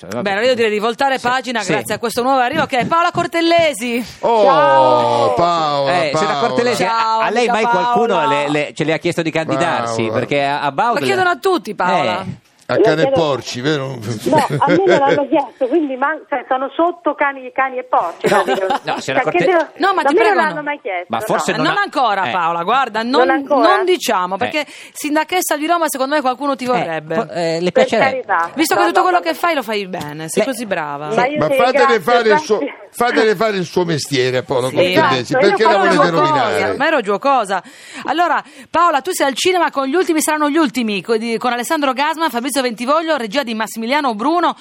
Cioè, Beh, vabbè. allora io direi di voltare Sì, pagina sì. grazie a questo nuovo arrivo che è Paola Cortellesi. Oh, Ciao. Paola, Eh, c'era Paola. Cortellesi, Ciao, a, a lei amica mai qualcuno Paola. le- le- ce le ha chiesto di candidarsi? Paola. Perché a, a Baudelaire- Lo chiedono a tutti, Paola. Eh, A Io cane e chiedo- porci, vero? No, a me non l'hanno chiesto, quindi man- cioè, sono sotto cani, cani e porci. No, capito? no, signora Perché Corte- se- No, ma da ti me prego, non no. l'hanno mai chiesto. Ma forse no. Eh, non, non ha- ancora eh. Paola, guarda, non, Non ancora? non diciamo perché sindachessa di Roma secondo me qualcuno ti vorrebbe. eh, po- eh, le Per piacerebbe. carità. Visto Ah, No, che tutto no, quello no. che fai lo fai bene, sei Beh, così brava. Ma io Ma ti fatele ringrazio, fare, il suo, infatti- fatele fare il suo mestiere, Paolo Sì, Cortellesi, esatto, perché io la farò la volete mia cosa, rovinare? Ma ero giocosa. Allora, Paola, tu sei al cinema con gli ultimi saranno gli ultimi, co- di- con Alessandro Gasman, Fabrizio Ventivoglio, regia di Massimiliano Bruno,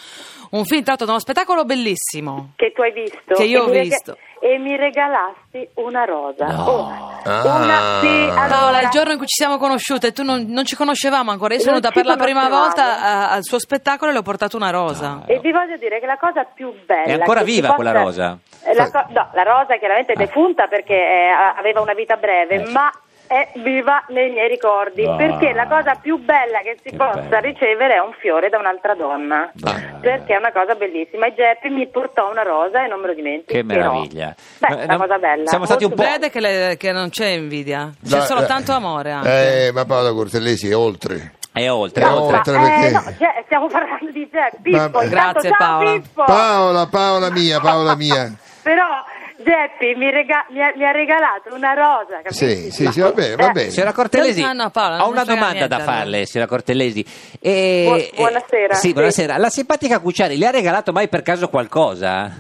un film tratto da uno spettacolo bellissimo. Che tu hai visto. Che io e ho mi rega- visto. E mi regalasti una rosa. Oh, Ah. Una sì, allora- Paola, il giorno in cui ci siamo conosciute, tu non, non ci conoscevamo ancora, io sono Non venuta ci per la prima conoscevamo. volta a- al suo spettacolo e le ho portato una rosa. E vi voglio dire che la cosa più bella... È ancora che si viva possa- quella rosa? Eh, La co- no, la rosa chiaramente è defunta perché eh, a- aveva una vita Eh, breve, ma è viva nei miei ricordi, Dai. perché la cosa più bella che si Che possa bello. ricevere è un fiore da un'altra donna, Dai. perché è una cosa bellissima. E Geppi mi portò una rosa e non me lo dimentico. Che meraviglia. Beh, Ma- è una no, cosa bella. siamo stati un molto po'- bella. Vede che, le- che non c'è invidia, c'è Dai, solo eh. tanto amore anche. Eh, ma Paola Cortellesi è oltre. È oltre, È è oltre. ma, oltre eh, perché- no, Ge- stiamo parlando di Geppi. Ma- Pippo, intanto Grazie, ciao, Paola. Pippo. Paola, Paola mia, Paola mia. Però Geppi mi, rega- mi ha, mi ha regalato una rosa, Sì, capisci? sì, sì, va bene, va Eh, bene. Signora Cortellesi, No, no, Paola, ho non una mi frega domanda niente, da allora. farlesi, signora Cortellesi. E- Bu- buonasera. e- sì, Sì. buonasera. La simpatica Cucciari le ha regalato mai per caso qualcosa?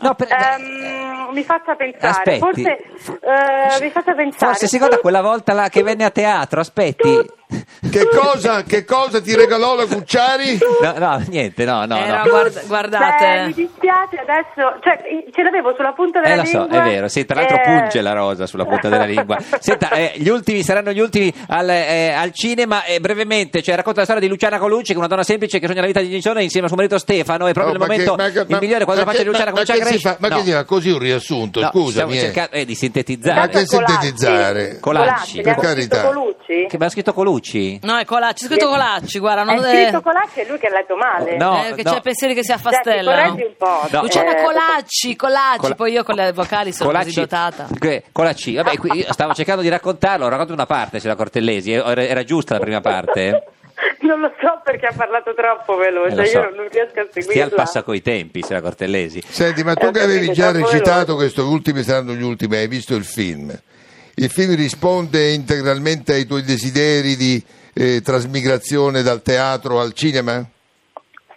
No, per- Ehm, mi faccia pensare, Aspetti. forse eh, mi faccia pensare. Forse si ricorda quella volta là che venne a teatro, aspetti. Che cosa, che cosa ti regalò la Cucciari? No, no, niente, no, no, Era- no. guarda- Beh, mi guardate. dispiace adesso, cioè i- ce l'avevo sulla punta Eh della lo so, lingua. è vero, sì, tra l'altro eh. punge la rosa sulla punta della lingua. Senta, eh, gli ultimi saranno gli ultimi al, eh, al cinema, eh, brevemente, cioè, racconta la storia di Luciana Colucci, che è una donna semplice che sogna la vita di Ginsone insieme a suo marito Stefano, e proprio Oh, nel momento che- ma- il migliore quando la ma faccia di che- Luciana ma- ma Colucci che si fa- Ma no, che si fa così un riassunto, no, stiamo scusami. eh. cercando eh, di Tanto sintetizzare. Ma che- Colazzi- sintetizzare? Colacci, per per carità. carità. Colucci? Che mi ha scritto Colucci? No, è Colacci, è scritto Colacci, guarda. È Non, scritto eh, Colacci e lui che ha letto male. No. eh, che no. c'è pensieri che si Senti, affastellano. correggi un po'. No. Luciana eh, Colacci, Colacci, Cola- poi io con le vocali sono Colacci- così dotata. que- Colacci, vabbè, qui io stavo cercando di raccontarlo, ho raccontato una parte, c'era Cortellesi, eh, era, era giusta la prima parte. Non lo so perché ha parlato troppo Eh, veloce, lo so. io non riesco a seguirla. Stia al passo coi tempi, c'era Cortellesi. Senti, ma Eh, tu che avevi perché già dopo recitato questi ultimi saranno gli ultimi, hai visto il film. Il film risponde integralmente ai tuoi desideri di eh, trasmigrazione dal teatro al cinema?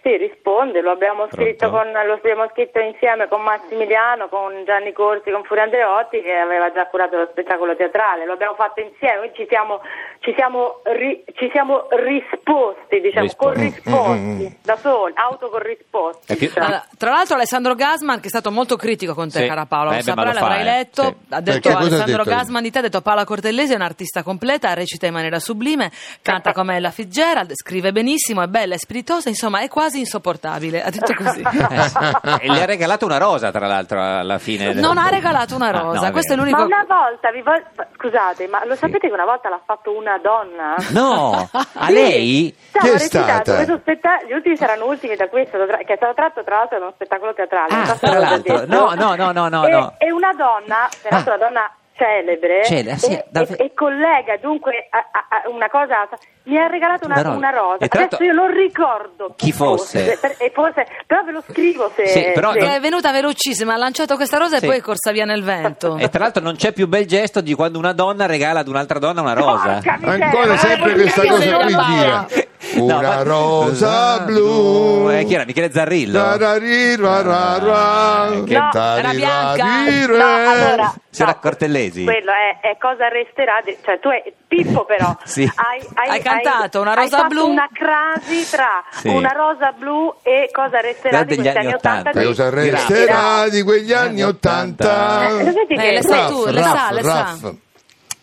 Sì, risponde, lo abbiamo Pronto? scritto, con, lo abbiamo scritto insieme con Massimiliano, con Gianni Corsi, con Furio Andreotti che aveva già curato lo spettacolo teatrale, lo abbiamo fatto insieme, quindi ci siamo, ci siamo, ri- ci siamo risposti, diciamo, Risposti. corrisposti, da soli, autocorrisposti. mm, È più- diciamo. Allora, tra l'altro Alessandro Gasman che è stato molto critico con te Sì. cara Eh, Paola, lo beh, saprai, ma lo fa, l'avrai eh. letto, Sì. ha detto Perché cosa ha Alessandro detto lui? Gasman di te, ha detto Paola Cortellesi è un'artista completa, recita in maniera sublime, canta come Ella Fitzgerald, scrive benissimo, è bella, è spiritosa, insomma è quasi insopportabile, ha detto così. Eh, sì. E le ha regalato una rosa, tra l'altro, alla fine. Non ha regalato una Ah, no, rosa, è questo è vero. l'unico... Ma una volta, vi vo- scusate, ma lo sapete che una volta l'ha fatto una donna? No, a Sì, lei? Stavo Chi è recitando stata? questo spettacolo, gli ultimi saranno ultimi da questo, tra- che è stato tratto tra l'altro da uno spettacolo teatrale. Ah, non so se tra l'ho già l'altro. detto. No, no, no, no, no, E, no. e una donna, peraltro Ah. una donna celebre, Cele- sì, e, davvero. e- e collega dunque a, a- a una cosa, mi ha regalato una, Una rosa. una rosa. E tra l'altro- Adesso io non ricordo Chi fosse. per- e forse, però ve lo scrivo se... Sì, però se- non- È venuta velocissima, ha lanciato questa rosa Sì. Eh, e poi è corsa via nel vento. E tra l'altro non c'è più bel gesto di quando una donna regala ad un'altra donna una rosa. Porca miseria, Ancora ma sempre porca questa cosa miseria, qui in Paola. gira. No, Una ma- rosa blu. Eh, chi era? Ah, Michele Zarrillo. Tarari, ra, ra, ra. No, Che tari, era ra, bianca. di, No, re. eh, allora, Signora no, Cortellesi. Quello è, è cosa resterà, di- cioè tu hai, Pippo però, Sì. hai, Hai cantato una rosa hai fatto blu. una crasi tra Sì. una rosa blu e cosa resterà Da di degli questi anni anni 80. Ottanta. Cosa Grazie. resterà di quegli anni Anni Ottanta. Ottanta? Eh, lo senti Eh, che- le sai tu, le sa, le sa.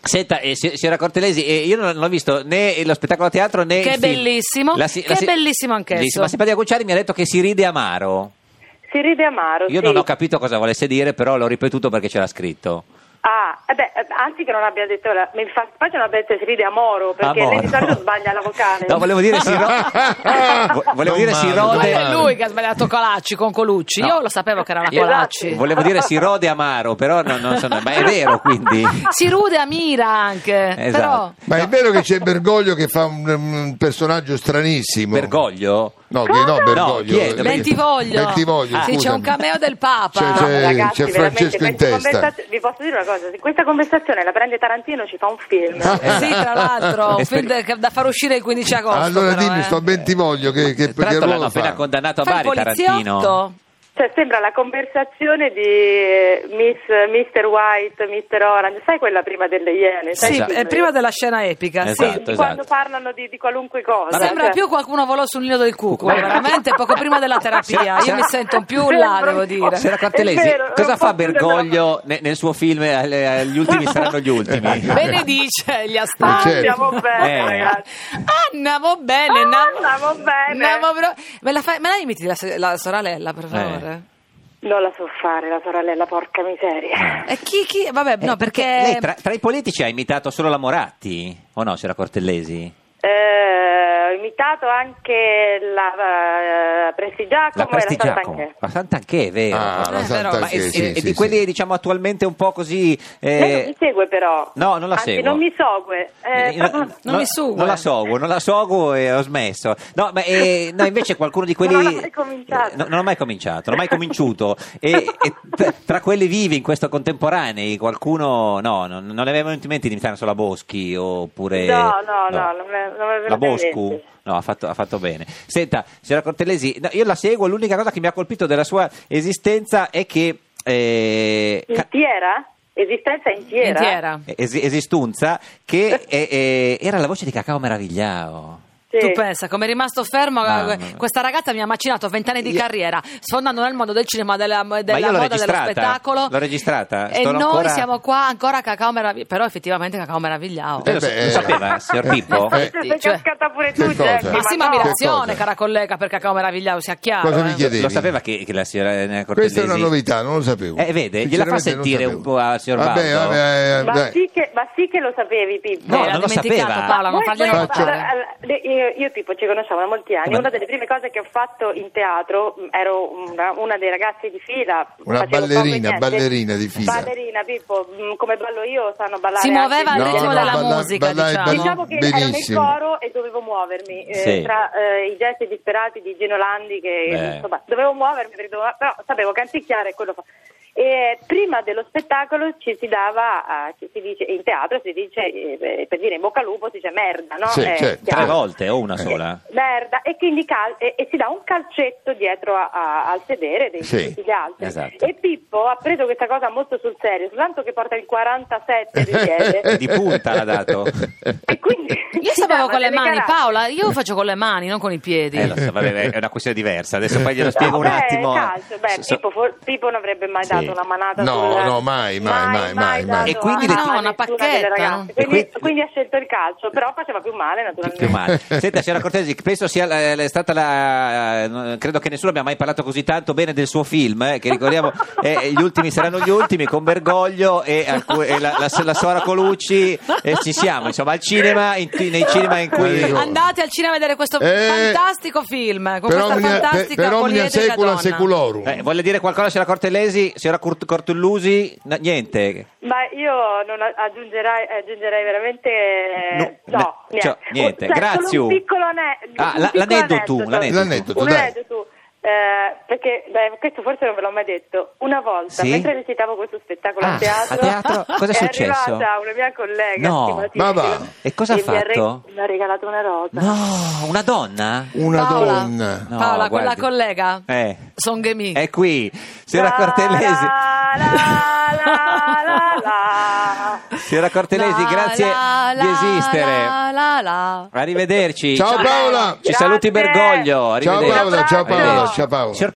Senta, eh, si- signora Cortellesi, eh, io non l'ho visto né lo spettacolo a teatro né Che il film. bellissimo, che bellissimo anchesso. Bellissimo. Ma Simpatia Gucciari mi ha detto che si ride amaro. Si ride amaro. Io sì. non ho capito cosa volesse dire, però l'ho ripetuto perché c'era scritto. Ah, eh beh, eh, anzi che non abbia detto, la- mi fa specie non abbia detto si ride a Moro, perché lei di Amoro. solito sbaglia la vocale. No, volevo dire si, ro- vo- volevo dire si Domani, rode... Quello domani. è Oh, lui che ha sbagliato Colacci con Colucci. No. Io lo sapevo che era la Esatto. Colacci. Volevo dire si rode amaro, però no- non sono... Ma è vero, quindi... Si rude a mira anche. Esatto. Però Ma è vero che c'è Bergoglio che fa un, un personaggio stranissimo. Bergoglio? No, che, no, Cosa? Bergoglio. No, chi è? eh, Bentivoglio. Bentivoglio, Sì, c'è scusami. un cameo del Papa. C'è- c'è- Ragazzi, c'è Francesco in veramente, questa testa. conversaz- vi posso dire una cosa, se questa conversazione la prende Tarantino ci fa un film. Sì, tra l'altro, un film da- da far uscire il 15 agosto. Allora però, dimmi, eh. sto a Bentivoglio che, Tra che, che l'altro l'hanno ruolo appena fa? condannato a Fa il Bari Tarantino. poliziotto. Cioè, sembra la conversazione di eh, Miss, Mr. White, Mr. Orange, sai quella prima delle Iene? Sai Sì, Esatto. quella? è prima della scena epica. sì. Esatto. Quando parlano di, di qualunque cosa. Vabbè. Sembra cioè, più qualcuno volò sul nido del cuco, veramente poco prima della terapia. Io mi sento più là, devo dire. Sera È Cartellesi, vero, non cosa fa posso Bergoglio ne- nel suo film eh, Gli ultimi saranno gli ultimi? Benedice gli Ah, astanti. Certo. Andiamo bene, Eh. ragazzi. Andiamo bene, Ah, andiamo- andiamo bene. andiamo pro- me, la fai- me la imiti la, se- la soralella, per favore? Non la so fare, la sorella, porca miseria. E chi, chi? Vabbè, Eh, no, perché... lei tra, tra i politici ha imitato solo la Moratti, o no, Sera Cortellesi? Eh, ho imitato anche la eh, Presti La Giacomo e la Prestigiacomo, Sant'Anchè. la Sant'Anchè, è vero. Ah, la Eh, Santa però, ma Ma Anchè, e, sì, e- e sì, di sì. quelli diciamo attualmente un po' così eh, Lei non mi segue però. No, non la Anzi, seguo. non mi segue. Eh, Eh, no, proprio- Non no, mi sugue. eh. Non la seguo, non la seguo e ho smesso. No, ma eh, no, invece qualcuno di quelli. Non ho mai cominciato. Eh, no, non ho mai cominciato, non ho mai cominciato. e, e t- tra quelli vivi in questo contemporanei, qualcuno. No, non, non le avevo in mente di imitare solo la Boschi oppure. No, no, no, non me- non me- La non me- Boscu? No, ha fatto, ha fatto bene. Senta, signora Cortellesi, no, io la seguo. L'unica cosa che mi ha colpito della sua esistenza è che. eh, ca- Intiera? Esistenza intiera? Intiera. Eh, es- esistunza che eh, eh, era la voce di Cacao Meravigliao. Sì. Tu pensa, come è rimasto fermo, Mamma eh, mia. questa ragazza mi ha macinato 20 anni di carriera, sfondando nel mondo del cinema, della, della io l'ho moda, dello registrata, spettacolo. l'ho registrata, E sto noi ancora- siamo qua ancora a Cacao Meravigliao, però effettivamente Cacao Meravigliao. Eh, lo sa- lo sapeva, signor Pippo? eh, Sei cioè- cascata pure Che tu, cosa? Gianni, Massima ma no. Che ammirazione, cosa? cara collega, per Cacao Meravigliao, sia chiaro. Cosa mi eh. chiedi? Chiedevi. Lo sapeva che, che la signora Elena Cortellesi... Questa è una novità, non lo sapevo. Eh, vede, gliela fa Sinceramente non sentire un sapevo. po' al signor Vabbè, Baldo. vabbè, eh, Ma dai. sì, che, ma sì che lo sapevi, Pippo. No, Eh, l'ha non lo dimenticato sapeva. Paola, non Voi- farglielo voi- Faccio- notare. allora, io, io, tipo ci conosciamo da molti anni, Ma- una delle prime cose che ho fatto in teatro, mh, ero una, una dei ragazzi di fila. Una facevo poco e ballerina, niente. ballerina di fila. Ballerina, Pippo, mh, come ballo io sanno ballare Si muoveva al anche... No, ritmo no, della balla- musica, ballai- diciamo. ballai- Diciamo che ero nel Benissimo. coro e dovevo muovermi eh, Sì. tra eh, i gesti disperati di Gino Landi che Beh. insomma dovevo muovermi perché dovevo- però sapevo canticchiare e quello fa. E eh, prima dello spettacolo ci si dava, a- ci si dice, in teatro si dice, eh, per dire in bocca al lupo si dice merda, no? Sì, Eh, certo. Tre chiaro. volte o una Eh. sola? Merda, e quindi cal- e, e si dà un calcetto dietro a- a- al sedere dei Sì, tutti gli altri. esatto. E Pippo ha preso questa cosa molto sul serio, soltanto che porta il 47 di piede. Di punta l'ha dato. e Eh, quindi Io si sapevo dava con le delle mani, carate. Paola, io faccio con le mani, non con i piedi. Eh, lo so, vabbè, è una questione diversa. Adesso poi glielo spiego un Eh, beh, attimo. eh. calcio, beh, So- so- Pippo, for- Pippo non avrebbe mai Sì. dato una manata No, sul- no, mai, mai, mai, mai, mai. E quindi le- a No, una nessuna pacchetta, delle no? ragazze. E Quindi, quindi- quindi ha scelto il calcio, però faceva più male Più- naturalmente. più male. Senta, signora Cortesi, penso sia la- la- è stata la. non- Credo che nessuno abbia mai parlato così tanto bene del suo film. eh, che ricordiamo, eh, gli ultimi saranno gli ultimi con Bergoglio e, alcu- e la, la, la suora Colucci. E ci siamo, insomma, al cinema, in- nei cinema in cui. Arrivo. Andate al cinema a vedere questo Eh, fantastico film con però questa mia- per- fantastica però mia poliedrica secula donna. secolorum. Eh, vuole dire qualcosa, signora Cortellesi, signora Curt- Cortullusi? No, niente. Ma io non a- aggiungerai- aggiungerei veramente eh, No, no, ne- niente. cioè, niente. Cioè, solo Grazie. Un piccolo ane- Ah, un la- piccolo l'aneddoto, aneddoto. l'aneddoto. L'aneddoto, Un dai. aneddoto, eh, perché beh, questo forse non ve l'ho mai detto. Una volta, Sì? mentre recitavo questo spettacolo Ah, a teatro, a teatro? Cosa è successo? arrivata una mia collega. No. stimatissima, Ma va. E cosa ha mi reg- fatto? mi ha regalato una rosa. No, una donna? Una Paola. donna. No, Paola, con la guardi. collega Eh. Songhemi. È qui, signora Cortellesi. La, la, la, la, la. Signora Cortellesi, La, grazie la, di la, esistere. la, la, la. Arrivederci. Ciao Paola! Ci saluti Grazie. Bergoglio. Ciao Arrivederci. Paola, ciao Arrivederci. Paola, ciao Paola. Signor